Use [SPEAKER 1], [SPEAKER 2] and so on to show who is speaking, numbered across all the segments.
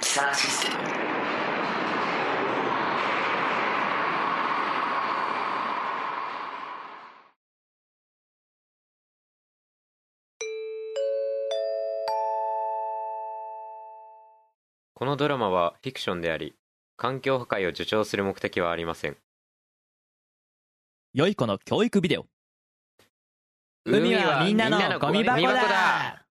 [SPEAKER 1] キサーシステム
[SPEAKER 2] このドラマはフィクションであり環境破壊を助長する目的はありません
[SPEAKER 3] 良い子の教育ビデオ。海はみんなのゴミ箱だ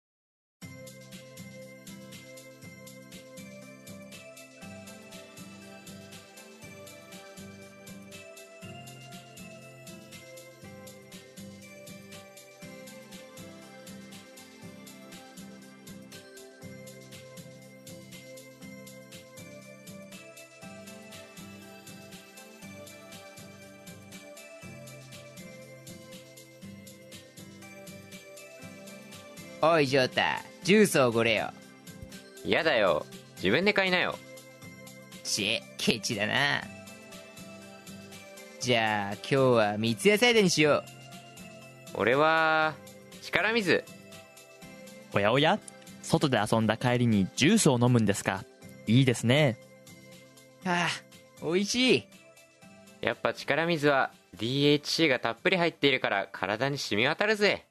[SPEAKER 4] おいジョータジュースをごれよ
[SPEAKER 2] やだよ自分で買いなよ
[SPEAKER 4] ちえケチだなじゃあ今日は三ツ矢サイダーにしよう
[SPEAKER 2] 俺は力水
[SPEAKER 3] おやおや外で遊んだ帰りにジュースを飲むんですかいいですね。
[SPEAKER 4] はあ美味しい
[SPEAKER 2] やっぱ力水は DHC がたっぷり入っているから体に染み渡るぜ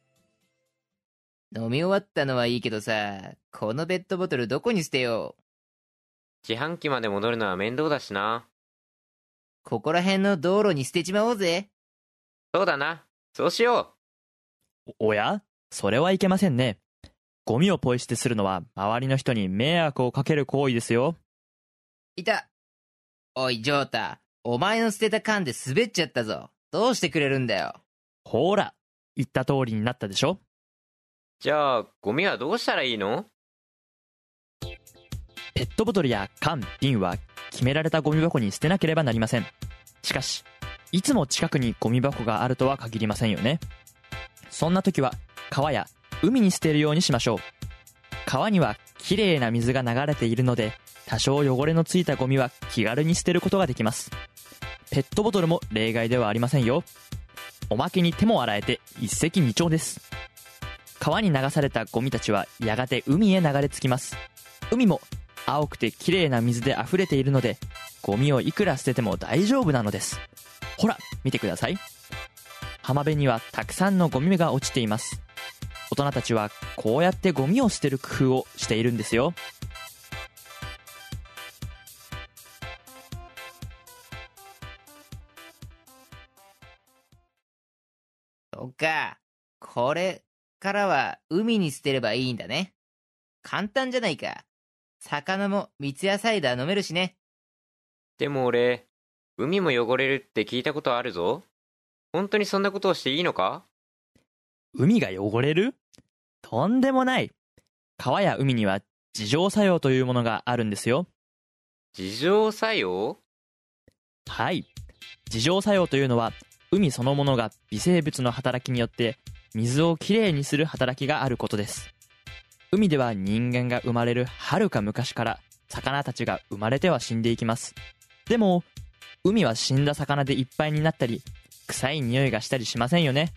[SPEAKER 4] 飲み終わったのはいいけどさこのペットボトルどこに捨てよう
[SPEAKER 2] 自販機まで戻るのは面倒だしな
[SPEAKER 4] ここら辺の道路に捨てちまおうぜ
[SPEAKER 2] そうだなそうしよ
[SPEAKER 3] おおやそれはいけませんね。ゴミをポイ捨てするのは周りの人に迷惑をかける行為ですよ。
[SPEAKER 4] いたおいジョータお前の捨てた缶で滑っちゃったぞどうしてくれるんだよ
[SPEAKER 3] ほら、言った通りになったでしょ
[SPEAKER 2] うじゃあゴミはどうしたらいいの
[SPEAKER 3] ペットボトルや缶、瓶は決められたゴミ箱に捨てなければなりません。しかし、いつも近くにゴミ箱があるとは限りませんよね。そんな時は川や海に捨てるようにしましょう。川にはきれいな水が流れているので、多少汚れのついたゴミは気軽に捨てることができます。ペットボトルも例外ではありませんよ。おまけに手も洗えて一石二鳥です。川に流されたゴミたちはやがて海へ流れ着きます。海も青くて綺麗な水で溢れているのでゴミをいくら捨てても大丈夫なのですほら見てください浜辺にはたくさんのゴミが落ちています大人たちはこうやってゴミを捨てる工夫をしているんですよ
[SPEAKER 4] そっかこれからは海に捨てればいいんだね簡単じゃないか魚も三ツ矢サイダー飲めるしね
[SPEAKER 2] でも俺海も汚れるって聞いたことあるぞ本当にそんなことをしていいのか
[SPEAKER 3] 海が汚れるとんでもない川や海には自浄作用というものがあるんですよ
[SPEAKER 2] 自浄作用
[SPEAKER 3] はい自浄作用というのは海そのものが微生物の働きによって水をきれいにする働きがあることです海では人間が生まれるはるか昔から魚たちが生まれては死んでいきますでも海は死んだ魚でいっぱいになったり臭い匂いがしたりしませんよね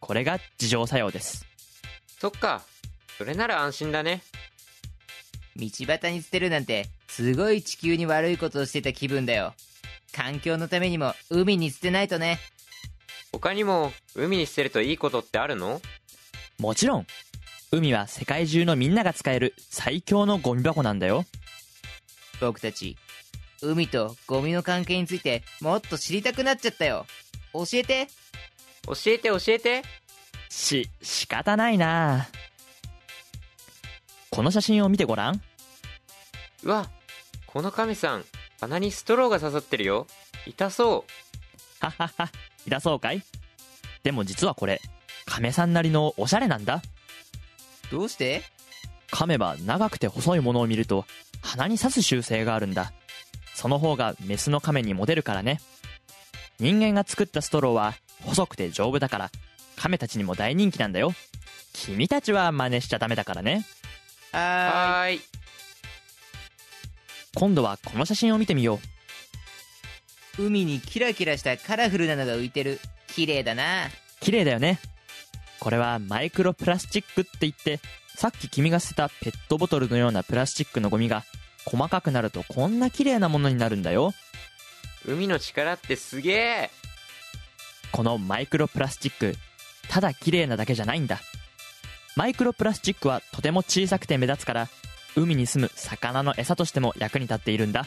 [SPEAKER 3] これが自浄作用です
[SPEAKER 2] そっかそれなら安心だね
[SPEAKER 4] 道端に捨てるなんてすごい地球に悪いことをしてた気分だよ環境のためにも海に捨てないとね
[SPEAKER 2] 他にも海に捨てるといいことってあるの
[SPEAKER 3] もちろん海は世界中のみんなが使える最強のゴミ箱なんだよ
[SPEAKER 4] 僕たち海とゴミの関係についてもっと知りたくなっちゃったよ教えて
[SPEAKER 2] 教えて教えて
[SPEAKER 3] し、仕方ないなこの写真を見てごらん。
[SPEAKER 2] うわこの亀さん鼻にストローが刺さってるよ痛そ
[SPEAKER 3] ははは、痛そうかいでも実はこれ、亀さんなりのおしゃれなんだ。
[SPEAKER 4] どうして
[SPEAKER 3] 亀は長くて細いものを見ると、鼻に刺す習性があるんだ。その方がメスの亀にモデルからね。人間が作ったストローは細くて丈夫だから、亀たちにも大人気なんだよ。君たちは真似しちゃダメだからね。
[SPEAKER 2] う
[SPEAKER 4] あ
[SPEAKER 2] はーい
[SPEAKER 3] 今度はこの写真を見てみよう。
[SPEAKER 4] ー海にキラキラしたカラフルなのが浮いてる綺麗だな
[SPEAKER 3] 綺麗だよねこれはマイクロプラスチックって言ってさっき君が捨てたペットボトルのようなプラスチックのゴミが細かくなるとこんな綺麗なものになるんだよ
[SPEAKER 2] 海の力ってすげえ
[SPEAKER 3] このマイクロプラスチックただ綺麗なだけじゃないんだマイクロプラスチックはとても小さくて目立つから海に住む魚の餌としても役に立っているんだ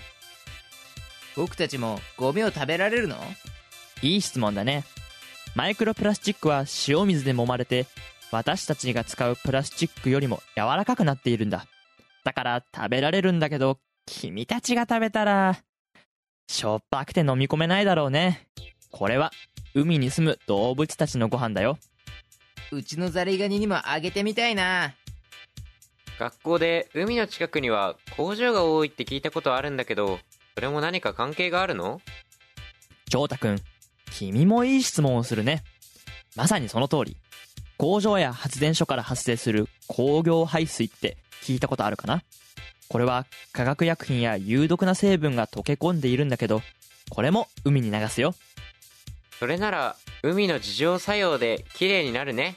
[SPEAKER 4] 僕たちもゴミを食べられるの
[SPEAKER 3] いい質問だねマイクロプラスチックは塩水で揉まれて私たちが使うプラスチックよりも柔らかくなっているんだだから食べられるんだけど君たちが食べたらしょっぱくて飲み込めないだろうねこれは海に住む動物たちのご飯だよ
[SPEAKER 4] うちのザリガニにもあげてみたいな
[SPEAKER 2] 学校で海の近くには工場が多いって聞いたことあるんだけどそれも何か関係があるの
[SPEAKER 3] 翔太くん君もいい質問をするねまさにその通り工場や発電所から発生する工業排水って聞いたことあるかなこれは化学薬品や有毒な成分が溶け込んでいるんだけどこれも海に流すよ
[SPEAKER 2] それなら海の自浄作用で綺麗になるね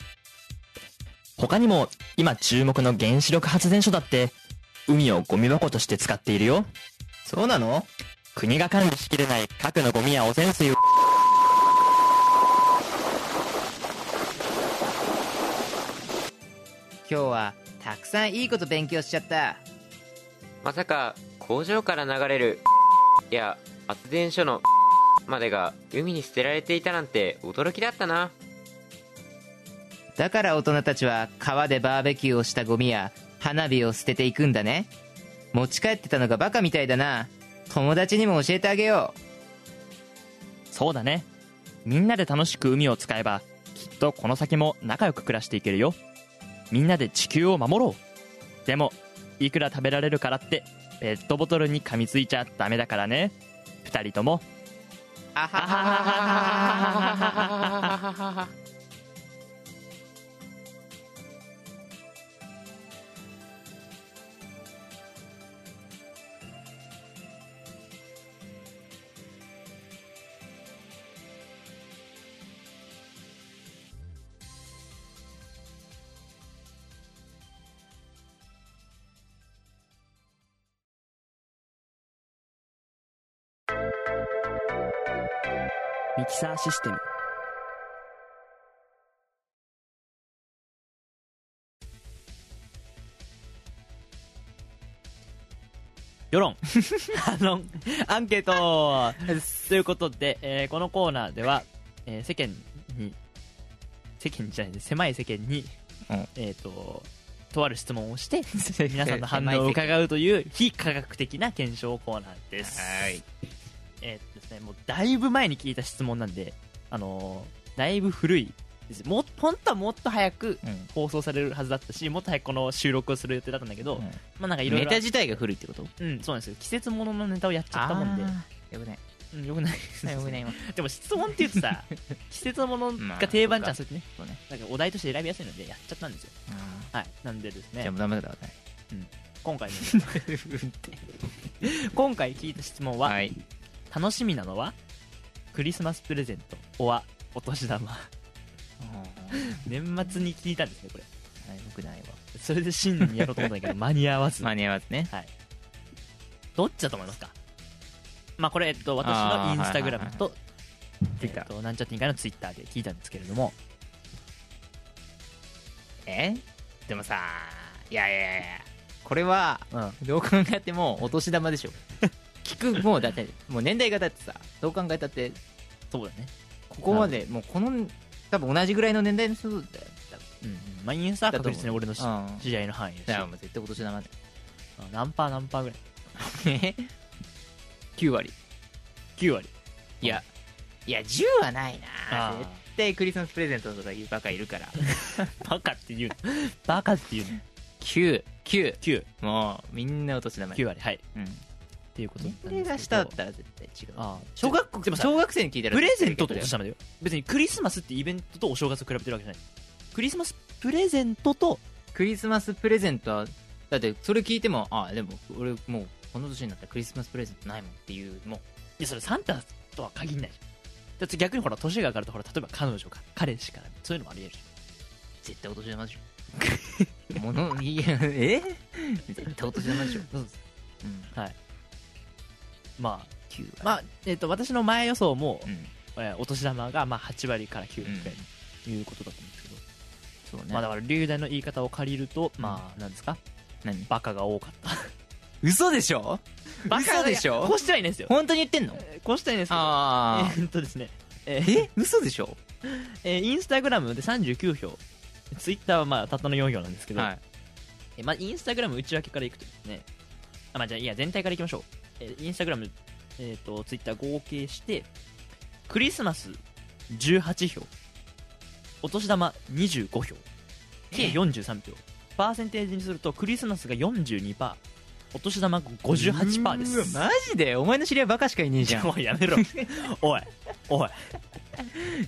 [SPEAKER 3] 他にも今注目の原子力発電所だって海をゴミ箱として使っているよ
[SPEAKER 4] そうなの
[SPEAKER 3] 国が管理しきれない核のゴミや汚染水を
[SPEAKER 4] 今日はたくさんいいこと勉強しちゃった
[SPEAKER 2] まさか工場から流れるいや発電所のまでが海に捨てられていたなんて驚きだったな
[SPEAKER 4] だから大人たちは川でバーベキューをしたゴミや花火を捨てていくんだね持ち帰ってたのがバカみたいだな友達にも教えてあげよ
[SPEAKER 3] そうだねみんなで楽しく海を使えばきっとこの先も仲良く暮らしていけるよみんなで地球を守ろうでもいくら食べられるからってペットボトルに噛みついちゃダメだからね2人とも
[SPEAKER 4] うあはは
[SPEAKER 3] ミキサーシステム世論 あのアンケートということで、えーこのコーナーでは、えー世間に世間じゃないです狭い世間に、
[SPEAKER 4] うん
[SPEAKER 3] えっ、ととある質問を して皆さんの反
[SPEAKER 4] 狭い世
[SPEAKER 3] 応
[SPEAKER 4] 間
[SPEAKER 3] を伺うという非科学的な検証コーナーです
[SPEAKER 4] はい
[SPEAKER 3] えーっとですね、もうだいぶ前に聞いた質問なんで、あのーだいぶ古いですもう本当はもっと早く
[SPEAKER 4] うん
[SPEAKER 3] 放送されるはずだったしもっと早くこの収録をする予定だったんだけど、
[SPEAKER 4] うん
[SPEAKER 3] まあなんかいろいろ
[SPEAKER 4] 自体が古いってこと
[SPEAKER 3] うんそうなんですよ季節もののネタをやっちゃったもんで、
[SPEAKER 4] よくない
[SPEAKER 3] うん、よくないです
[SPEAKER 4] よくない
[SPEAKER 3] でも質問って言うと さ季節のもの
[SPEAKER 4] まあ
[SPEAKER 3] が定番じゃん、
[SPEAKER 4] そ
[SPEAKER 3] そうやってね
[SPEAKER 4] そうね
[SPEAKER 3] なんかお題として選びやすいのでやっちゃったんですよはいなんでですね
[SPEAKER 4] もうダメだわね
[SPEAKER 3] 今回の 今回聞いた質問は、
[SPEAKER 4] はい
[SPEAKER 3] 楽しみなのはクリスマスプレゼントおわお年 玉年末に聞いたんですねこれ
[SPEAKER 4] よくないわ
[SPEAKER 3] それで新年にやろうと思ったんだけど間に合わず
[SPEAKER 4] 間に合わずね
[SPEAKER 3] どっちだと思いますかまあこれ、えっと、私
[SPEAKER 4] あ
[SPEAKER 3] の
[SPEAKER 4] ー
[SPEAKER 3] インスタグラムと,、え
[SPEAKER 4] Twitter
[SPEAKER 3] っとなんちゃって委員会のツイッターで聞いたんですけれども
[SPEAKER 4] えでもさいやいやいやこれは
[SPEAKER 3] うん
[SPEAKER 4] どう考えてもお年玉でしょ聞くもうだってもう年代がだってさどう考えたって
[SPEAKER 3] そうだね
[SPEAKER 4] ここまでもうこの多分同じぐらいの年代の人だよ
[SPEAKER 3] うんうんまあ、インスタは確実に俺のし
[SPEAKER 4] うん
[SPEAKER 3] 知り合いの範囲
[SPEAKER 4] だから
[SPEAKER 3] や
[SPEAKER 4] もう絶対今年生だ
[SPEAKER 3] し何パー何パーぐらい
[SPEAKER 4] え
[SPEAKER 3] 9割9割
[SPEAKER 4] いやいや10はないな
[SPEAKER 3] あー
[SPEAKER 4] 絶対クリスマスプレゼントとかいうバカいるから
[SPEAKER 3] バカって言うの バカって言うの
[SPEAKER 4] 99
[SPEAKER 3] 9,
[SPEAKER 4] もうみんなお年玉
[SPEAKER 3] 9割はい
[SPEAKER 4] うん
[SPEAKER 3] っていうことなんで
[SPEAKER 4] 年
[SPEAKER 3] すけど
[SPEAKER 4] 齢が下だったら絶対違う
[SPEAKER 3] あー
[SPEAKER 4] 小学校
[SPEAKER 3] でもさ
[SPEAKER 4] 小学生に聞いたら
[SPEAKER 3] プレゼントってお年
[SPEAKER 4] 絶対
[SPEAKER 3] 玉だよ別にクリスマスってイベントとお正月を比べてるわけじゃないクリスマスプレゼントと
[SPEAKER 4] クリスマスプレゼントはだってそれ聞いてもああでも俺もうこの年になったらクリスマスプレゼントないもんっていうもう
[SPEAKER 3] いやそれサンタとは限んないじゃんだって逆にほら年が上がるとほら例えば彼女か彼氏からそういうのもありえるじ
[SPEAKER 4] 絶対お年玉でしょものいやえ絶対お年玉でしょ
[SPEAKER 3] ゃん
[SPEAKER 4] うん
[SPEAKER 3] まあ
[SPEAKER 4] 9
[SPEAKER 3] まあえっと私の前予想も
[SPEAKER 4] う、ん
[SPEAKER 3] えーお年玉がまあ8割から9
[SPEAKER 4] う
[SPEAKER 3] 割
[SPEAKER 4] ん
[SPEAKER 3] くらいということだと思うんですけど、
[SPEAKER 4] そうね
[SPEAKER 3] まあだから流大の言い方を借りると、まあなんですか
[SPEAKER 4] 何
[SPEAKER 3] バカが多かった
[SPEAKER 4] 嘘でしょ
[SPEAKER 3] バカ
[SPEAKER 4] 嘘でしょ
[SPEAKER 3] いやこうしてないんですよ
[SPEAKER 4] 本当に言ってんの
[SPEAKER 3] えーこうしてないんですけど
[SPEAKER 4] あ
[SPEAKER 3] えーっとですねえ
[SPEAKER 4] あえ嘘でしょ
[SPEAKER 3] えーインスタグラムで39票ツイッターはまあたったの4票なんですけど、
[SPEAKER 4] はい
[SPEAKER 3] えーまあ、インスタグラム内訳からいくとですねあ、まあ、じゃあいや全体からいきましょう、えーインスタグラム、えー、とツイッター合計してクリスマス18票お年玉25票計43票パーセンテージにするとクリスマスが42%お年玉58%です
[SPEAKER 4] うわマジでお前の知り合いバカしかいね えじゃん
[SPEAKER 3] おいや めろおいおい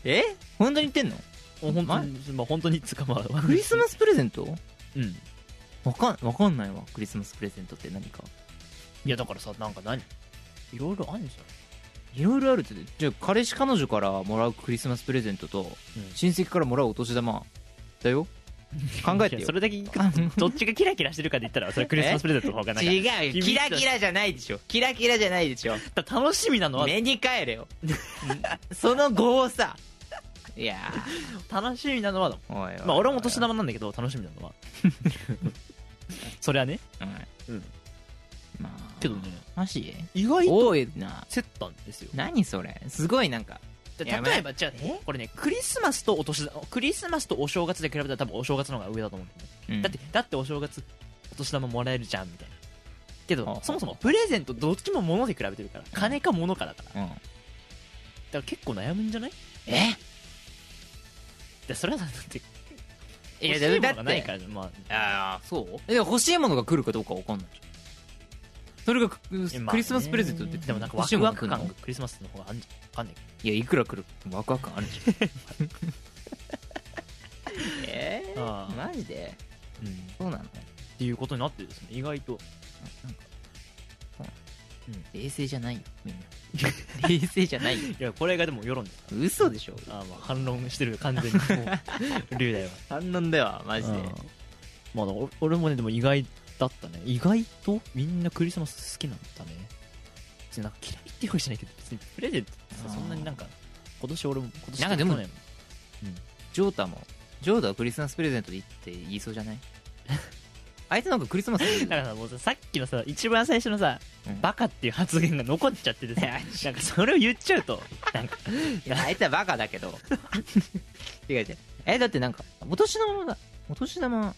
[SPEAKER 4] え本当に言ってんの
[SPEAKER 3] もう本当に、まあ、本当につかまわ
[SPEAKER 4] クリスマスプレゼント
[SPEAKER 3] スうん
[SPEAKER 4] わかんわかんないわクリスマスプレゼントって何か
[SPEAKER 3] いやだからさなんか何いろいろあるんじ
[SPEAKER 4] いろいろあるってじゃあ彼氏彼女からもらうクリスマスプレゼントと
[SPEAKER 3] ゃん、うん
[SPEAKER 4] 親戚からもらうお年玉だよ考えて
[SPEAKER 3] いや
[SPEAKER 4] よ
[SPEAKER 3] それだけ聞く とどっちがキラキラしてるかで言ったらそれクリスマスプレゼントの方がなんか
[SPEAKER 4] 違うよ
[SPEAKER 3] 君
[SPEAKER 4] キラキラじゃないでしょキラキラじゃないでしょ
[SPEAKER 3] 楽しみなのは
[SPEAKER 4] 目に帰 れよその後をさいや
[SPEAKER 3] 楽しみなのはだもん
[SPEAKER 4] ーおいおいおい
[SPEAKER 3] まあ俺もお年玉なんだけど楽しみな のはそれはね
[SPEAKER 2] う
[SPEAKER 4] う
[SPEAKER 2] んん
[SPEAKER 4] まあ
[SPEAKER 3] けどね
[SPEAKER 4] マジ
[SPEAKER 3] 意外と
[SPEAKER 4] 多いな
[SPEAKER 3] 接ったんですよ
[SPEAKER 4] 何それすごいなんか
[SPEAKER 3] で
[SPEAKER 4] やばい
[SPEAKER 3] 例えばじゃあこれねクリスマスとお年玉クリスマスとお正月で比べたら多分お正月の方が上だと思うんだよね
[SPEAKER 4] うん
[SPEAKER 3] だってだってお正月お年玉もらえるじゃんみたいなけ
[SPEAKER 4] ほう
[SPEAKER 3] ど
[SPEAKER 4] ほう
[SPEAKER 3] そもそもプレゼントどっちも物で比べてるから金か物かだからだか
[SPEAKER 4] うん
[SPEAKER 3] ら結構悩むんじゃない
[SPEAKER 4] え
[SPEAKER 3] でそれはだって
[SPEAKER 4] い
[SPEAKER 3] い
[SPEAKER 4] や
[SPEAKER 3] やだ
[SPEAKER 4] だって
[SPEAKER 3] ってないからまあ
[SPEAKER 4] ああそうえ欲しいものが来るかどうかわかんないじゃんそれがククリスマスプレゼントって
[SPEAKER 3] でもなんかワ
[SPEAKER 4] 欲しい
[SPEAKER 3] ク
[SPEAKER 4] もの
[SPEAKER 3] ワク
[SPEAKER 4] が来るの
[SPEAKER 3] 感がクリスマスの方があんじゃんわかんない
[SPEAKER 4] いやいくら来るワクワク感あるじゃんえー
[SPEAKER 3] あー
[SPEAKER 4] マジで
[SPEAKER 3] けど、っ
[SPEAKER 4] そうなの
[SPEAKER 3] ていうことになってですね意外と
[SPEAKER 4] なんか
[SPEAKER 3] うん
[SPEAKER 4] 冷静じゃないよみんな冷静じゃないよ
[SPEAKER 3] いやこれがでも世論ですか
[SPEAKER 4] 嘘でしょ
[SPEAKER 3] らあーまあ反論してるよ完 全にもう龍大は
[SPEAKER 4] 反論だよマ
[SPEAKER 3] マ
[SPEAKER 4] ジで
[SPEAKER 3] まあお俺もねでも意外だったね意外とみんなクリスマス好きなんだね別になんか嫌いっていうわけじゃないけど別にプレゼントって
[SPEAKER 4] あ
[SPEAKER 3] さ
[SPEAKER 4] ー
[SPEAKER 3] そんなになんか今年俺も今年
[SPEAKER 4] なんかでも
[SPEAKER 3] 去年
[SPEAKER 4] ジョータもジョータはクリスマスプレゼントでいいって言いそうじゃない あいつなんかクリスマス
[SPEAKER 3] だからさもうささっきのさ一番最初のさ、
[SPEAKER 4] うん
[SPEAKER 3] バカっていう発言が残っちゃってて さなんかそれを言っちゃうとなんか
[SPEAKER 4] いやあいつはバカだ けど違う違うえだってなんかお年玉もだお年玉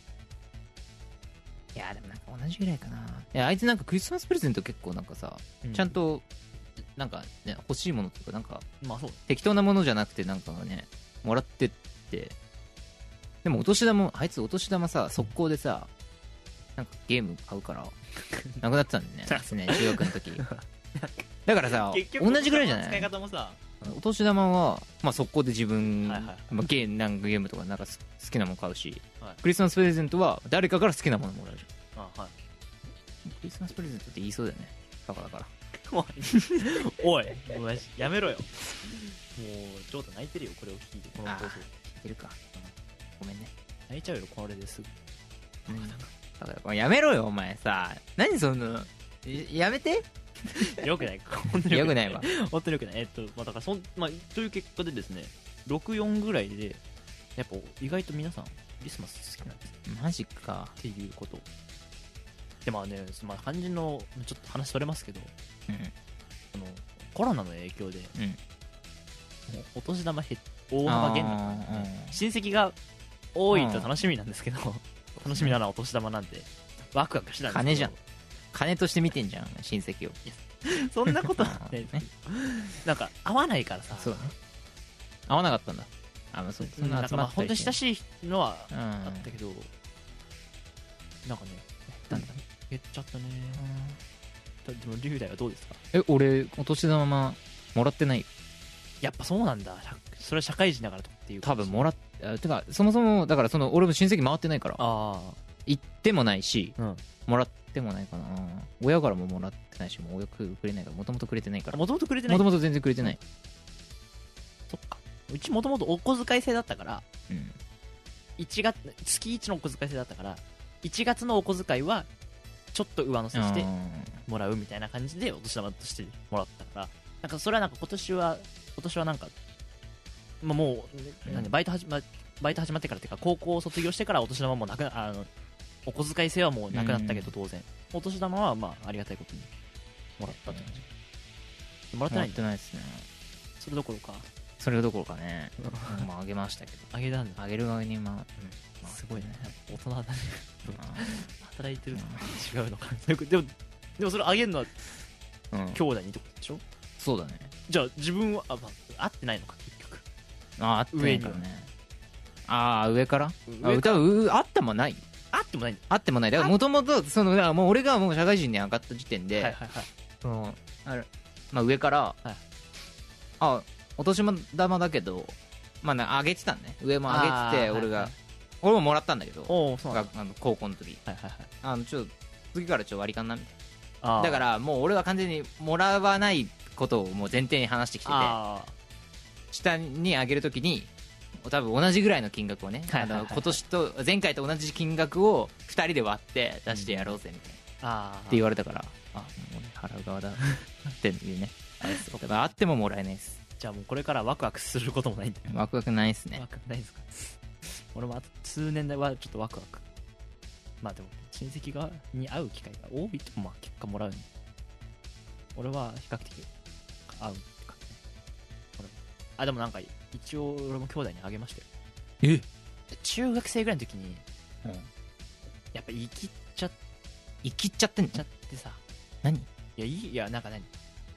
[SPEAKER 4] いやでもなんか同じぐらいかないやあいつなんかクリスマスプレゼント結構なんかさ、ちゃん、となんかね欲しいものとかなんか
[SPEAKER 3] まあそう
[SPEAKER 4] 適当なものじゃなくてなんかねもらってってでもお年玉あいつお年玉さ速攻でさなんかゲーム買う からなく なってたんだよねね中学の 時だからさ同じぐらいじゃない
[SPEAKER 3] 使い方もさ
[SPEAKER 4] お年玉は、まあ、速攻で自分、
[SPEAKER 3] はいはい
[SPEAKER 4] まあ、ゲームなんかゲームとかなんかす好きなもの買うし、
[SPEAKER 3] はい
[SPEAKER 4] クリスマスプレゼントは誰かから好きなものもらうじゃ
[SPEAKER 3] あはい
[SPEAKER 4] んクリスマスプレゼントって言いそうだよねバカだから
[SPEAKER 3] おいおいマジやめろよもうジョータ泣いてるよこれを聞いてこの放送
[SPEAKER 4] あー聞いてるか、ごめんね、
[SPEAKER 3] 泣いちゃうよこれですぐ
[SPEAKER 4] バカだからやめろよお前さ何そのいやめて
[SPEAKER 3] よくない本当に
[SPEAKER 4] よ くないわ
[SPEAKER 3] 本当によくないえっとまあだからそん、まあ、という結果でですね64ぐらいでやっぱ意外と皆さんクリスマス好きなんです
[SPEAKER 4] マジか
[SPEAKER 3] っていうことでまあね、まあ、肝心のちょっと話それますけど
[SPEAKER 4] うん
[SPEAKER 3] あのコロナの影響で、
[SPEAKER 4] うん
[SPEAKER 3] もうお年玉減っ大幅減
[SPEAKER 4] あ
[SPEAKER 3] 額
[SPEAKER 4] ーうん
[SPEAKER 3] 親戚が多いと楽しみなんですけど、 楽しみなのはお年玉なんでワクワクしてたんですけど
[SPEAKER 4] 金じゃん金として見てんじゃん親戚を
[SPEAKER 3] そんなことは
[SPEAKER 4] う
[SPEAKER 3] ね
[SPEAKER 4] んね
[SPEAKER 3] なんか合わないからさ
[SPEAKER 4] そうだね合わなかったんだあまあそそ
[SPEAKER 3] うんんな
[SPEAKER 4] なん集
[SPEAKER 3] かま
[SPEAKER 4] ま
[SPEAKER 3] あ
[SPEAKER 4] った
[SPEAKER 3] 本当
[SPEAKER 4] り
[SPEAKER 3] に親
[SPEAKER 4] して
[SPEAKER 3] しいのは
[SPEAKER 4] うん
[SPEAKER 3] あったけど、なんかね
[SPEAKER 4] なんだね
[SPEAKER 3] 減っちゃったね、たでも龍大はどうですか
[SPEAKER 4] え俺お年玉まもらってないよ
[SPEAKER 3] やっぱそうなんだ社それは社会人だからとっていう
[SPEAKER 4] 多分
[SPEAKER 3] ら
[SPEAKER 4] もらってあてかそもそもだからその俺も親戚回ってないから
[SPEAKER 3] あ
[SPEAKER 4] 行ってもないし
[SPEAKER 3] あうん
[SPEAKER 4] もらってもないかな親からももらってないしもう親くくれないからもともとくれてないからも
[SPEAKER 3] もともとくれてない
[SPEAKER 4] ともと全然くれてない、
[SPEAKER 3] そっかうちもともとお小遣い制だったから
[SPEAKER 4] うん、
[SPEAKER 3] 1月月1のお小遣い制だったから1月のお小遣いはちょっと上乗せして
[SPEAKER 4] うん
[SPEAKER 3] もらうみたいな感じでお年玉としてもらったからなんかそれはなんか今年は今年はなんか、まあ、もう、
[SPEAKER 4] うん
[SPEAKER 3] なんでバイト始まバイト始まってからっていうか高校を卒業してからお年玉もなくなあのお小遣い制はもうなくなったけど当然、お年玉はまあありがたいことにもらったって感じ、もらってな
[SPEAKER 4] もら
[SPEAKER 3] い
[SPEAKER 4] っ
[SPEAKER 3] んだ
[SPEAKER 4] てないですね
[SPEAKER 3] それどころか
[SPEAKER 4] それどころ かね、まあ、あげましたけど
[SPEAKER 3] あげたんだ
[SPEAKER 4] あげる側にまあ、まあ
[SPEAKER 3] すごいね大人だね働いてるのと違うのか でもでもそれあげるのは
[SPEAKER 4] うんうん
[SPEAKER 3] 兄弟にってことでしょ
[SPEAKER 4] そうだね
[SPEAKER 3] じゃあ自分はあ、まあ、合ってないのか結局
[SPEAKER 4] ああってないからねああ上からあ
[SPEAKER 3] 上か
[SPEAKER 4] 歌うあってもない
[SPEAKER 3] 合ってもないんだ
[SPEAKER 4] あってもないだからもともとそのだからもう俺がもう社会人に上がった時点で、
[SPEAKER 3] はいはいはい
[SPEAKER 4] そのあれまあ、上から、
[SPEAKER 3] はい
[SPEAKER 4] あお年玉だけどまあな上げてたんね上も上げてて
[SPEAKER 3] あー
[SPEAKER 4] 俺が、
[SPEAKER 3] はいはい
[SPEAKER 4] 俺ももらったんだけど
[SPEAKER 3] おおそうなんだ
[SPEAKER 4] があの高校の時
[SPEAKER 3] はいはいはい
[SPEAKER 4] あのちょっと次からちょっと割り勘なみたい
[SPEAKER 3] あ
[SPEAKER 4] な
[SPEAKER 3] ー
[SPEAKER 4] だからもう俺は完全にもらわないことをもう前提に話してきてて
[SPEAKER 3] あ
[SPEAKER 4] 下に上げるときに多分同じぐらいの金額をね、
[SPEAKER 3] はいはいはいはい
[SPEAKER 4] あの今年と前回と同じ金額を2人で割って出してやろうぜみたいな、
[SPEAKER 3] ーあ
[SPEAKER 4] って言われたからあもう俺払う側だっていうねあれですだからあってももらえないです
[SPEAKER 3] じゃあもうこれからワクワクすることもないんだよ
[SPEAKER 4] ワクワクないですね
[SPEAKER 3] ワクワクないんですか俺もあと数年ではちょっとワクワクまあでも親戚がに会う機会が多いとまあ結果もらうね俺は比較的会うって感じ俺もあでもなんか一応俺も兄弟にあげましたよ
[SPEAKER 4] え
[SPEAKER 3] 中学生ぐらいの時に
[SPEAKER 4] うん
[SPEAKER 3] やっぱ生きっちゃっ
[SPEAKER 4] 生きっちゃってん
[SPEAKER 3] ち
[SPEAKER 4] じ
[SPEAKER 3] ゃ
[SPEAKER 4] ゃん
[SPEAKER 3] ってさ
[SPEAKER 4] 何
[SPEAKER 3] いやいいいやなんか何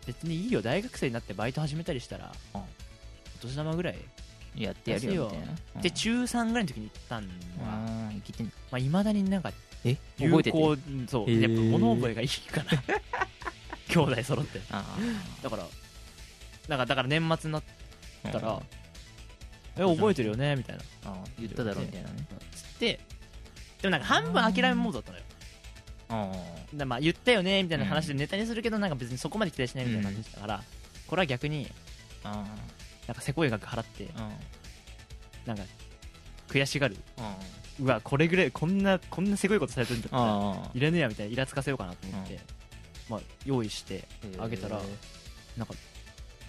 [SPEAKER 3] 別にいいよ大学生になってバイト始めたりしたら、
[SPEAKER 4] うん
[SPEAKER 3] お年玉ぐらい
[SPEAKER 4] やってやるよみたいな
[SPEAKER 3] で中3ぐらいの時に行ったの
[SPEAKER 4] うん
[SPEAKER 3] は
[SPEAKER 4] あー生きてんだ
[SPEAKER 3] まあ、未だになんか
[SPEAKER 4] え
[SPEAKER 3] 有
[SPEAKER 4] 覚えてて
[SPEAKER 3] 効そう
[SPEAKER 4] へー
[SPEAKER 3] やっぱ物覚えがいい から兄弟揃って
[SPEAKER 4] あ
[SPEAKER 3] だからなんかだから年末になっ
[SPEAKER 4] あ
[SPEAKER 3] たら「え
[SPEAKER 4] うん
[SPEAKER 3] 覚えてるよね」みたいなつ
[SPEAKER 4] 言っただろみたいなね
[SPEAKER 3] ってでもなんか半分諦めモードだったのよ
[SPEAKER 4] あ
[SPEAKER 3] だまあ言ったよねみたいな話でネタにするけどなんか別にそこまで期待しないみたいな感じだったから、これは逆に
[SPEAKER 4] ああ
[SPEAKER 3] なんかせこい額払って
[SPEAKER 4] あ
[SPEAKER 3] なんか悔しがる
[SPEAKER 4] あ
[SPEAKER 3] うわこれぐらいこんなこんなせこいことされてるんだったら
[SPEAKER 4] あ
[SPEAKER 3] いらねえやみたいなイラつかせようかなと思って、まあ、用意して
[SPEAKER 4] ー
[SPEAKER 3] あげたらなんか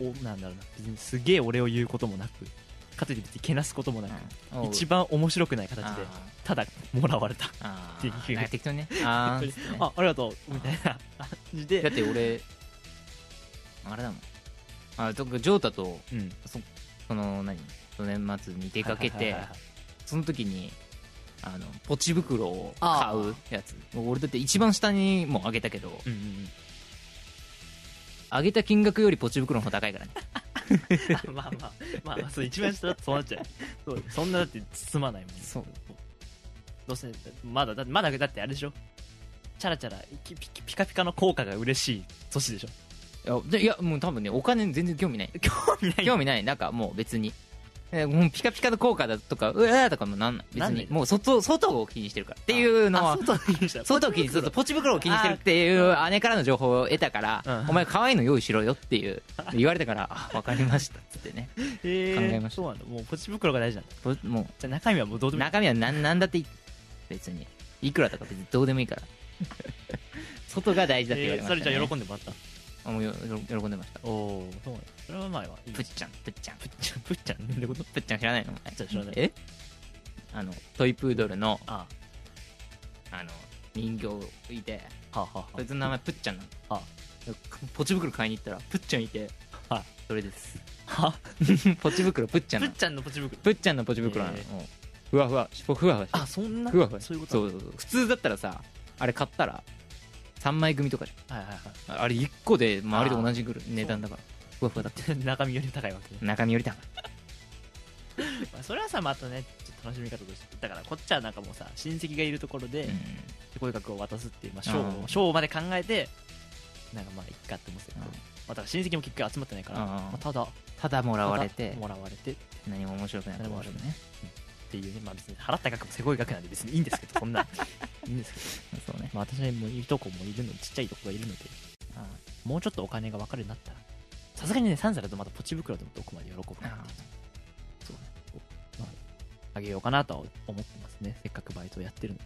[SPEAKER 3] おなんだろうな別にすげえ俺を言うこともなくかといって別にけなすこともなく、
[SPEAKER 4] うん
[SPEAKER 3] 一番面白くない形
[SPEAKER 4] あ
[SPEAKER 3] で
[SPEAKER 4] ー
[SPEAKER 3] ただもらわれた
[SPEAKER 4] あ
[SPEAKER 3] っていう
[SPEAKER 4] ーなんか適当にねあーっつってね
[SPEAKER 3] あありがとうみたいな感じ
[SPEAKER 4] だ
[SPEAKER 3] で、
[SPEAKER 4] って俺あれだもんあとジョータと
[SPEAKER 3] うん、
[SPEAKER 4] その何年末に出かけ
[SPEAKER 3] はい
[SPEAKER 4] て
[SPEAKER 3] はいはいはい
[SPEAKER 4] その時にあのポチ袋を
[SPEAKER 3] あー
[SPEAKER 4] 買うやつ俺だって一番下にもあげたけど
[SPEAKER 3] うんうん
[SPEAKER 4] あげた金額よりポチ袋の方が高いからね
[SPEAKER 3] うん、あ まあまあまあ、まあ、そう一番下だとそうなっちゃうそうそんなだって包まないもん
[SPEAKER 4] そう
[SPEAKER 3] どうせまだだってまだだってあれでしょチャラチャラピピピカピカの効果が嬉しい年でしょ
[SPEAKER 4] いやでいやもう多分ねお金全然興味ない
[SPEAKER 3] 興味ない
[SPEAKER 4] 興味ないなんかもう別にえもうピカピカの効果だとかうわーとかもなんない別
[SPEAKER 3] なんな
[SPEAKER 4] に
[SPEAKER 3] い
[SPEAKER 4] もう外外を気にしてるからっていうのは
[SPEAKER 3] あ外にした
[SPEAKER 4] 外を気にするとポチ袋を気にしてるっていう姉からの情報を得たから、
[SPEAKER 3] うん
[SPEAKER 4] お前可愛いの用意しろよっ ていう言われたからあ分かりましたっつってね
[SPEAKER 3] へー
[SPEAKER 4] 考えました
[SPEAKER 3] そうなんだもうポチ袋が大事なんだ
[SPEAKER 4] ぼも
[SPEAKER 3] じゃあ中身はもうどう
[SPEAKER 4] う
[SPEAKER 3] でもいい
[SPEAKER 4] 中身は何何だっていい別にいくらとか別にどうでもいい から外が大事だって言わ
[SPEAKER 3] え
[SPEAKER 4] れ
[SPEAKER 3] ー
[SPEAKER 4] ま
[SPEAKER 3] そ
[SPEAKER 4] し
[SPEAKER 3] れ
[SPEAKER 4] た、
[SPEAKER 3] じ
[SPEAKER 4] ね
[SPEAKER 3] ゃあ喜んでもらった
[SPEAKER 4] あもうよ喜んでました
[SPEAKER 3] おおそうなんだそれは前はいい
[SPEAKER 4] プッちゃんプッちゃんプッ
[SPEAKER 3] ちゃんプッちゃんなんてこと
[SPEAKER 4] ちゃん知らないのお前
[SPEAKER 3] ちゃん知らない
[SPEAKER 4] えあのトイプードルの
[SPEAKER 3] あ
[SPEAKER 4] あの人形いて
[SPEAKER 3] あはあは
[SPEAKER 4] そいつの名前プッちゃんなの
[SPEAKER 3] あは
[SPEAKER 4] ポチ袋買いに行ったらプッちゃんいて
[SPEAKER 3] はい
[SPEAKER 4] それです
[SPEAKER 3] あは
[SPEAKER 4] ポチ袋プッちゃん
[SPEAKER 3] プ
[SPEAKER 4] な
[SPEAKER 3] ッ
[SPEAKER 4] の
[SPEAKER 3] ちゃんのポチ袋
[SPEAKER 4] プッちゃんのポチ袋なの、
[SPEAKER 3] え
[SPEAKER 4] うんふわふわ尻尾ふわふわして
[SPEAKER 3] あそんな
[SPEAKER 4] ふわふわ
[SPEAKER 3] そういうこと
[SPEAKER 4] そうそうそう普通だったらさあれ買ったら3枚組とかじ
[SPEAKER 3] はいはいは
[SPEAKER 4] ゃんあれ1個で周りと同じぐらい値段だからふわふわだって
[SPEAKER 3] い中身より高いわけね
[SPEAKER 4] 中身より高い
[SPEAKER 3] まあそれはさまたねちょっと楽しみ方としてだからこっちはなんかもうさ親戚がいるところで声額を渡すっていうまあ賞を
[SPEAKER 4] うん
[SPEAKER 3] 賞まで考えてなんかまあいっかって思ってたけど
[SPEAKER 4] うん
[SPEAKER 3] まあだから親戚も結局集まってないから
[SPEAKER 4] うん
[SPEAKER 3] まあただ
[SPEAKER 4] ただもらわれて
[SPEAKER 3] ただもらわれてっ
[SPEAKER 4] 何も面白くない
[SPEAKER 3] 何も面白く
[SPEAKER 4] ね
[SPEAKER 3] ていうねまあ別に払った額もせこい額なんで別にいいんですけど そんないいんですけど
[SPEAKER 4] そうね
[SPEAKER 3] まあ私もいとこもいるのちっちゃいとこがいるのでもうちょっとお金が分かるようになったらさすがにね3歳だとまたポチ袋でもどこまで喜ぶかっていう
[SPEAKER 4] あ
[SPEAKER 3] そうねまああげようかなとは思ってますねせっかくバイトをやってるので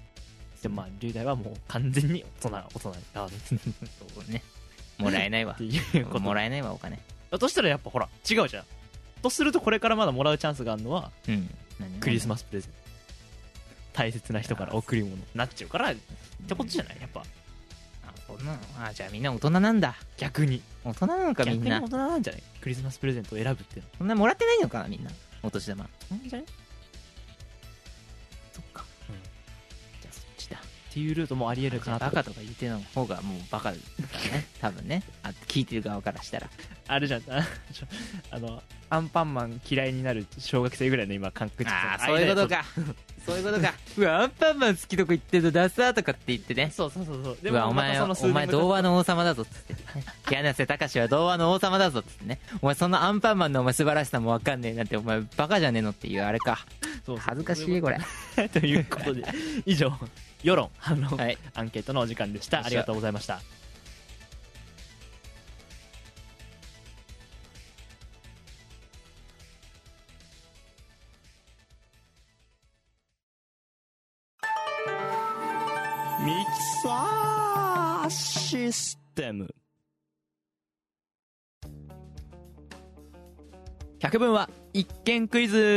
[SPEAKER 3] でもまあ龍大はもう完全に大人大人側ですね
[SPEAKER 4] そうねもらえないわ
[SPEAKER 3] っていうこと
[SPEAKER 4] もらえないわお金
[SPEAKER 3] だとしたらやっぱほら違うじゃんとするとこれからまだもらうチャンスがあるのは
[SPEAKER 4] うん
[SPEAKER 3] クリス
[SPEAKER 4] マ
[SPEAKER 3] マスプレゼント大切な人から贈り物になっちゃうからってことじゃないやっぱ
[SPEAKER 4] スそんなのあじゃあみんな大人なんだ
[SPEAKER 3] 逆に
[SPEAKER 4] 大人なのか
[SPEAKER 3] 逆
[SPEAKER 4] み
[SPEAKER 3] に
[SPEAKER 4] ん
[SPEAKER 3] 大
[SPEAKER 4] な
[SPEAKER 3] 人なんじゃないクリスマスプレゼントを選ぶっていうの
[SPEAKER 4] そんなもらってないのかなみんなお年玉
[SPEAKER 3] じゃない
[SPEAKER 4] そっかじゃあそっちだ
[SPEAKER 3] っていうルートもありえるかなと
[SPEAKER 4] バカとか言っての方がもうバカだね 多分ねあ聞いてる側からしたら
[SPEAKER 3] あれじゃんあちょあのアンパンマン嫌いになる小学生ぐらいの今感覚値
[SPEAKER 4] ああそういうことかそういうことかうわアンパンマン好きとか言ってるとダサーとかって言ってね
[SPEAKER 3] そうそうそうそう
[SPEAKER 4] うわお前はお前童話の王様だぞっつってね柳瀬隆は童話の王様だぞっつってねお前そのアンパンマンのお前素晴らしさもわかんねえなんてお前バカじゃねえのっていうあれか恥ずかしいこれ
[SPEAKER 3] れ ということ で以上世論反論、
[SPEAKER 4] はい
[SPEAKER 3] アンケートのお時間でした
[SPEAKER 4] よっしゃ
[SPEAKER 3] ありがとうございましたミキサーシステム百分は一見クイズイエーイ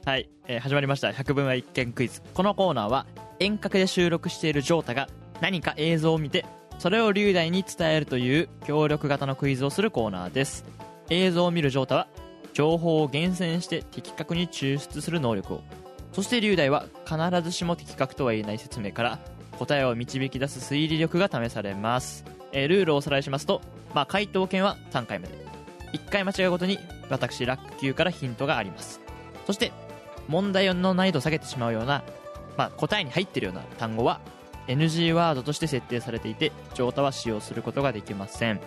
[SPEAKER 2] え
[SPEAKER 3] はい、えー始まりました「百分は一見クイズ」このコーナーは遠隔で収録しているジョータが何か映像を見てそれを龍大に伝えるという協力型のクイズをするコーナーです映像を見るジョータは情報を厳選して的確に抽出する能力をそして龍大は必ずしも的確とは言えない説明から答えを導き出す推理力が試されます、えールールをおさらいしますと、まあ、回答権は3回まで1回間違うごとに私ラック級からヒントがありますそして問題の難易度を下げてしまうような、まあ、答えに入ってるような単語は NG ワードとして設定されていてジョータは使用することができません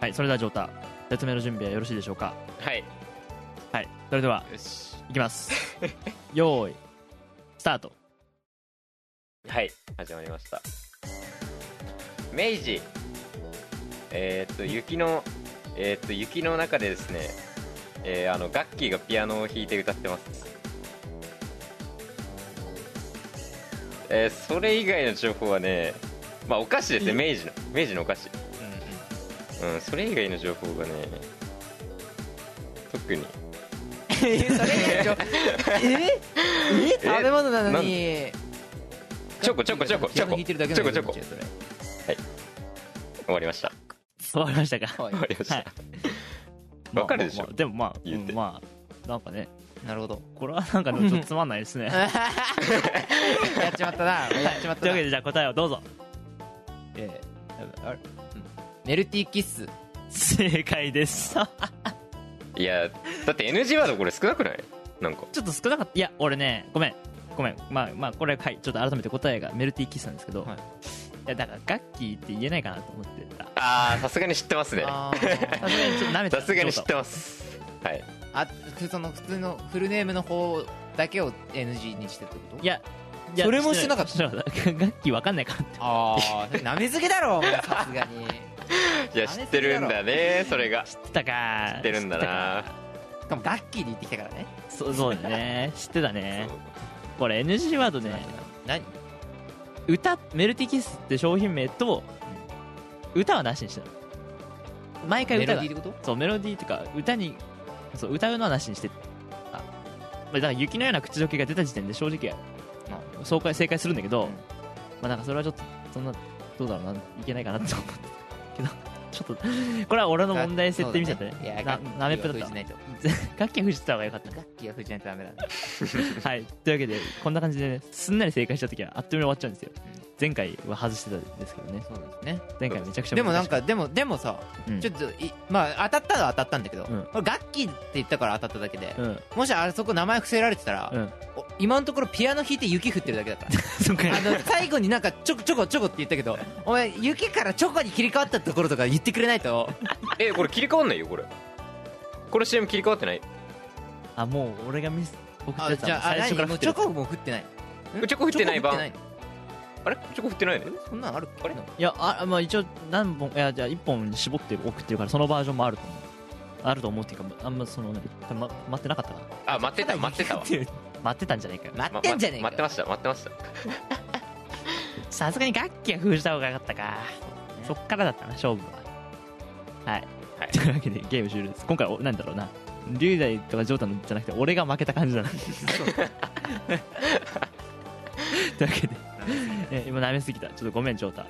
[SPEAKER 3] はいそれではジョータ説明の準備はよろしいでしょうか
[SPEAKER 2] ーはい
[SPEAKER 3] はいそれでは
[SPEAKER 2] よし
[SPEAKER 3] いきます よーいスタート
[SPEAKER 2] はい始まりました明治えーっと雪のえーっと雪の中でですねえーあのガッキーがピアノを弾いて歌ってますえーそれ以外の情報はねまあお菓子ですね明治の明治のお菓子うんそれ以外の情報がね特に
[SPEAKER 4] えそれ以上ええ食べ物なの
[SPEAKER 2] なん
[SPEAKER 4] に
[SPEAKER 2] チョコチョコチョコチョコ
[SPEAKER 4] 弾いてるだけなのに
[SPEAKER 2] チョコチョコ
[SPEAKER 4] それ
[SPEAKER 2] 終わりました
[SPEAKER 3] 終わりましたか
[SPEAKER 4] はい
[SPEAKER 2] 終わりました、
[SPEAKER 3] はい
[SPEAKER 2] わかるでしょ
[SPEAKER 3] まあまあまあでもまあ、
[SPEAKER 2] 言って
[SPEAKER 3] うんまあなんかね
[SPEAKER 4] なるほど
[SPEAKER 3] これはなんかちょっとつまんない ですね
[SPEAKER 4] やっちまったなやっちまっ
[SPEAKER 3] という
[SPEAKER 4] たな
[SPEAKER 3] わけでじゃあ答えをどうぞ
[SPEAKER 4] えーあれうんメルティーキッス
[SPEAKER 3] 正解です
[SPEAKER 2] いやだって NG ワードこれ少なくないなんか
[SPEAKER 3] ちょっと少なかったいや俺ねごめんごめんまあまあこれはいちょっと改めて答えがメルティーキスなんですけど、
[SPEAKER 4] はい
[SPEAKER 3] い、やだからガッキーって言えないかなと思ってた
[SPEAKER 2] ああさすがに知ってますね
[SPEAKER 4] あー
[SPEAKER 3] さすがにちょっと舐めて
[SPEAKER 2] さ
[SPEAKER 3] た
[SPEAKER 2] すがに知ってますはい
[SPEAKER 4] あふその普通のフルネームの方だけを NG にしてるってこと
[SPEAKER 3] いやいや
[SPEAKER 4] それもしてなかった
[SPEAKER 3] てなかったガッキーわかんないかなって
[SPEAKER 4] ああ なめすぎだろお前さすがに
[SPEAKER 2] いや知ってるんだねそれが
[SPEAKER 3] 知ってたか
[SPEAKER 2] 知ってるんだな
[SPEAKER 3] 知ってたか
[SPEAKER 4] しかもガッキーで言ってきたからね
[SPEAKER 3] そうそうだね知ってたねこれ NG ワードね
[SPEAKER 4] 何
[SPEAKER 3] 歌メルティーキスって商品名と歌はなしにしてたの毎回
[SPEAKER 4] メロ
[SPEAKER 3] 歌
[SPEAKER 4] デ
[SPEAKER 3] が
[SPEAKER 4] ィーってこと
[SPEAKER 3] そうメロディーとか歌にそう歌うのはなしにしてたまあだから雪のような口どけが出た時点で正直爽快正解するんだけど、
[SPEAKER 4] うん
[SPEAKER 3] まあなんかそれはちょっとそんなどうだろうないけないかなって思ってけどちょっとこれは俺の問題設定見ちゃったね
[SPEAKER 4] そうだいや
[SPEAKER 3] ななめっぺだった
[SPEAKER 4] 楽器は封じないと
[SPEAKER 3] 楽器は封じてた方がよかった
[SPEAKER 4] 楽器は封じないとダメだ
[SPEAKER 3] はい、というわけでこんな感じでねすんなり正解した時はあっという間に終わっちゃうんですよ
[SPEAKER 4] うん
[SPEAKER 3] 前回は外してたんですけどね
[SPEAKER 4] そうですね
[SPEAKER 3] 前回めちゃくちゃ
[SPEAKER 4] でもなん
[SPEAKER 3] 難しかっ
[SPEAKER 4] かでもでもさ
[SPEAKER 3] た、うん
[SPEAKER 4] ちょっといまあ当たったのは当たったんだけど、
[SPEAKER 3] うん
[SPEAKER 4] これ楽器って言ったから当たっただけで、
[SPEAKER 3] うん
[SPEAKER 4] もしあそこ名前伏せられてたら、
[SPEAKER 3] うん
[SPEAKER 4] お今のところピアノ弾いて雪降ってるだけだから
[SPEAKER 3] そっか
[SPEAKER 4] あの最後になんかちょこちょこちょこって言ったけどお前雪からチョコに切り替わったところとか言ってくれないと
[SPEAKER 2] えこれ切り替わんないよこれこれ CM 切り替わってない
[SPEAKER 3] あもう俺がミス送った
[SPEAKER 4] あ
[SPEAKER 3] やつ
[SPEAKER 4] じゃ
[SPEAKER 3] は
[SPEAKER 4] ああ
[SPEAKER 3] 最初から
[SPEAKER 4] 何も
[SPEAKER 3] 振っ
[SPEAKER 4] う
[SPEAKER 3] て
[SPEAKER 4] チョ
[SPEAKER 3] る
[SPEAKER 4] コも降ってないん
[SPEAKER 2] チョコ降ってない版
[SPEAKER 4] チョコ降って
[SPEAKER 2] あれチョコ振ってないね
[SPEAKER 4] のえそんなのある
[SPEAKER 2] あれ
[SPEAKER 4] の
[SPEAKER 3] いやあまあ一応何本いやじゃあ1本に絞って送ってるからそのバージョンもあると思うあると思うっていうかあんまそのね、ま、待ってなかったか
[SPEAKER 2] あ待ってた待ってたわ
[SPEAKER 3] ら待ってたんじゃないかよ
[SPEAKER 4] 待
[SPEAKER 2] ま
[SPEAKER 4] ってんじゃねえか
[SPEAKER 2] 待ってました待ってました
[SPEAKER 3] さすがに楽器は封じた方が良かったかそっからだったな勝負ははい、
[SPEAKER 2] はい
[SPEAKER 3] というわけでゲーム終了です今回おなんだろうな龍大とかジョータのじゃなくて俺が負けた感じだな というわけでえ今舐めすぎたちょっとごめんジョータ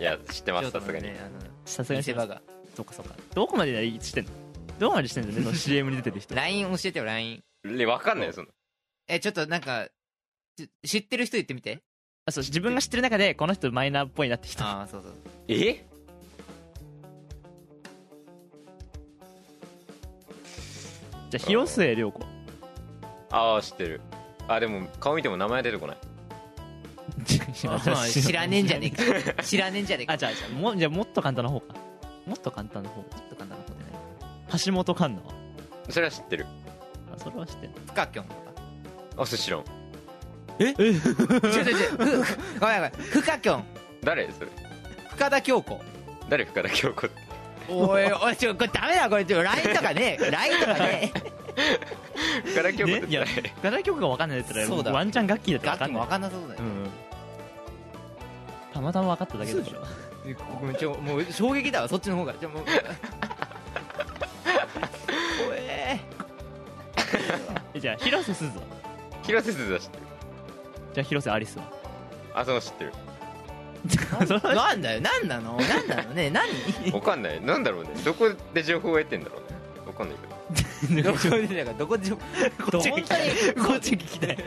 [SPEAKER 2] いや知ってますさすがに
[SPEAKER 4] ちょっとね
[SPEAKER 3] さすが
[SPEAKER 4] あの
[SPEAKER 3] に
[SPEAKER 4] 見せ場が
[SPEAKER 3] そうかそうかどこまでしてんのどこまでしてんの ねその CM に出てる人
[SPEAKER 4] LINE 教えてよ LINE
[SPEAKER 2] ねわかんないよその
[SPEAKER 4] えちょっとなんかち知ってる人言ってみて
[SPEAKER 3] あそう自分が知ってる中でこの人マイナーっぽいなって人
[SPEAKER 4] ああそうそう
[SPEAKER 2] え
[SPEAKER 3] じゃあ広末涼子
[SPEAKER 2] ああ知ってるあでも顔見ても名前出てこない
[SPEAKER 4] ま あ知らねえんじゃねえか知らねえんじゃねえか
[SPEAKER 3] あじゃあじゃあもじゃあもっと簡単な方かもっと簡単な方
[SPEAKER 4] ちょっと簡単なことね
[SPEAKER 3] 橋本環奈は
[SPEAKER 2] それは知ってる
[SPEAKER 3] あそれは知ってる
[SPEAKER 4] ふかきょんとか
[SPEAKER 2] あそれ知らん
[SPEAKER 4] ちょちょちょふ ごめんごめんふかきょん
[SPEAKER 2] 誰それ
[SPEAKER 4] 深田恭子
[SPEAKER 2] 誰深田恭子って
[SPEAKER 4] おいおいちょこれダメだこれちょ LINE とかね LINE とかね
[SPEAKER 2] 深田恭子って
[SPEAKER 3] ねいや
[SPEAKER 2] 誰
[SPEAKER 3] 深田曲が分かんないやったら
[SPEAKER 4] そうだ
[SPEAKER 3] ワンチャン楽器だって
[SPEAKER 4] ガ
[SPEAKER 3] 分か
[SPEAKER 4] ッキ
[SPEAKER 3] ん
[SPEAKER 4] も
[SPEAKER 3] ない
[SPEAKER 4] 分かんなそうだ
[SPEAKER 3] う
[SPEAKER 4] よ
[SPEAKER 3] んたまたま分かっただけでしょ
[SPEAKER 4] ごめんちょもう衝撃だわそっちの方がちょもう怖え
[SPEAKER 3] えじゃあ広瀬すずは
[SPEAKER 2] 広瀬すずは知ってる
[SPEAKER 3] じゃあ広瀬アリスは
[SPEAKER 2] あその知ってる
[SPEAKER 3] それは
[SPEAKER 4] なんだよなんなのなんなのね何
[SPEAKER 2] わかんないなんだろうねどこで情報を得てんだろうねわかんないけど
[SPEAKER 4] どこでだからどこでこ
[SPEAKER 3] どう本当にこっち聞きた い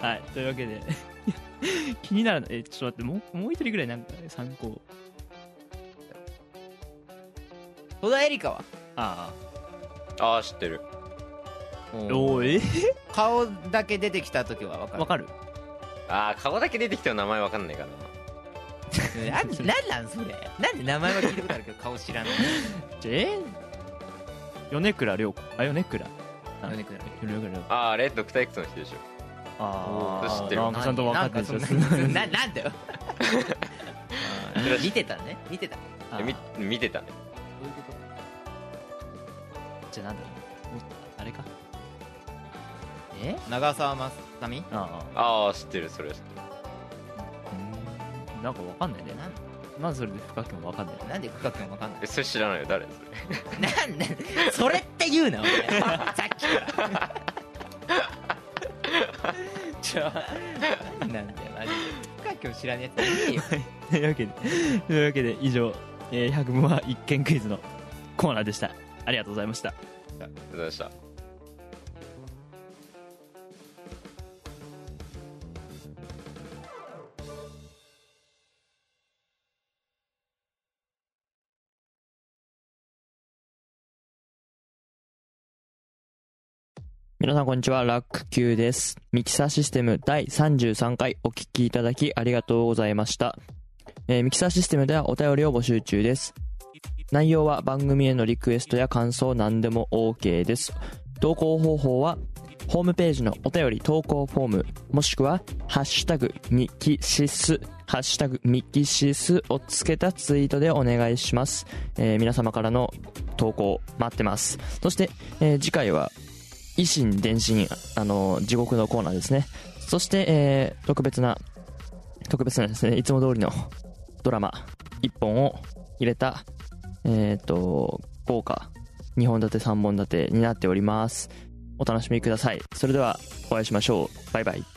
[SPEAKER 3] はいというわけで 気になるのえちょっと待ってもうもう一人ぐらいなんか参考
[SPEAKER 4] 戸田恵梨香は
[SPEAKER 3] あ
[SPEAKER 2] ああ知ってる
[SPEAKER 3] あおーえ
[SPEAKER 4] 顔だけ出てきた時は分かる
[SPEAKER 3] わかる
[SPEAKER 2] ああ顔だけ出てきても名前わかんないかな
[SPEAKER 4] なんなんなんそれなんで名前は聞いたことあるけど顔知 らない
[SPEAKER 3] じゃあえ米倉涼子あ米倉あ
[SPEAKER 4] 米倉涼
[SPEAKER 3] 米倉涼子
[SPEAKER 2] ああレッドクタイクスの人でしょ
[SPEAKER 3] ああ
[SPEAKER 2] 知ってる
[SPEAKER 3] なんかちゃんと分かってるでしょ
[SPEAKER 4] なんかそ んなななんだよ見てたね見てた
[SPEAKER 3] あ
[SPEAKER 2] えみ見てたね
[SPEAKER 3] じゃあなんだろうもっとあれかえ
[SPEAKER 4] 長澤まさみ
[SPEAKER 3] あ
[SPEAKER 2] ああ知ってるそれは知ってる
[SPEAKER 3] あうんなんかわかんないね
[SPEAKER 4] なん
[SPEAKER 3] まずそれで深くもわかんない
[SPEAKER 4] なんで深くんわかんない
[SPEAKER 2] えそれ知らないよ誰 それ
[SPEAKER 4] なんでそれって言うなお前 さっきからちょなんなんだよマジで 深くん知らねえやついいよ
[SPEAKER 3] というわ けでというわけで以上「えー、100問は一見クイズ」のコーナーでしたありがとうございました
[SPEAKER 2] ありがとうございました
[SPEAKER 3] 皆さんこんにちは、ラック Q です。ミキサーシステム第33回お聞きいただきありがとうございました。えーミキサーシステムではお便りを募集中です。内容は番組へのリクエストや感想何でも OK です。投稿方法は、ホームページのお便り投稿フォーム、もしくは、ハッシュタグミキシス、ハッシュタグミキシスをつけたツイートでお願いします。えー皆様からの投稿待ってます。そして、えー次回は、維新伝心あの地獄のコーナーですねそして、えー特別な特別なですねいつも通りのドラマ1本を入れたえっ、と豪華2本立て3本立てになっておりますお楽しみくださいそれではお会いしましょうバイバイ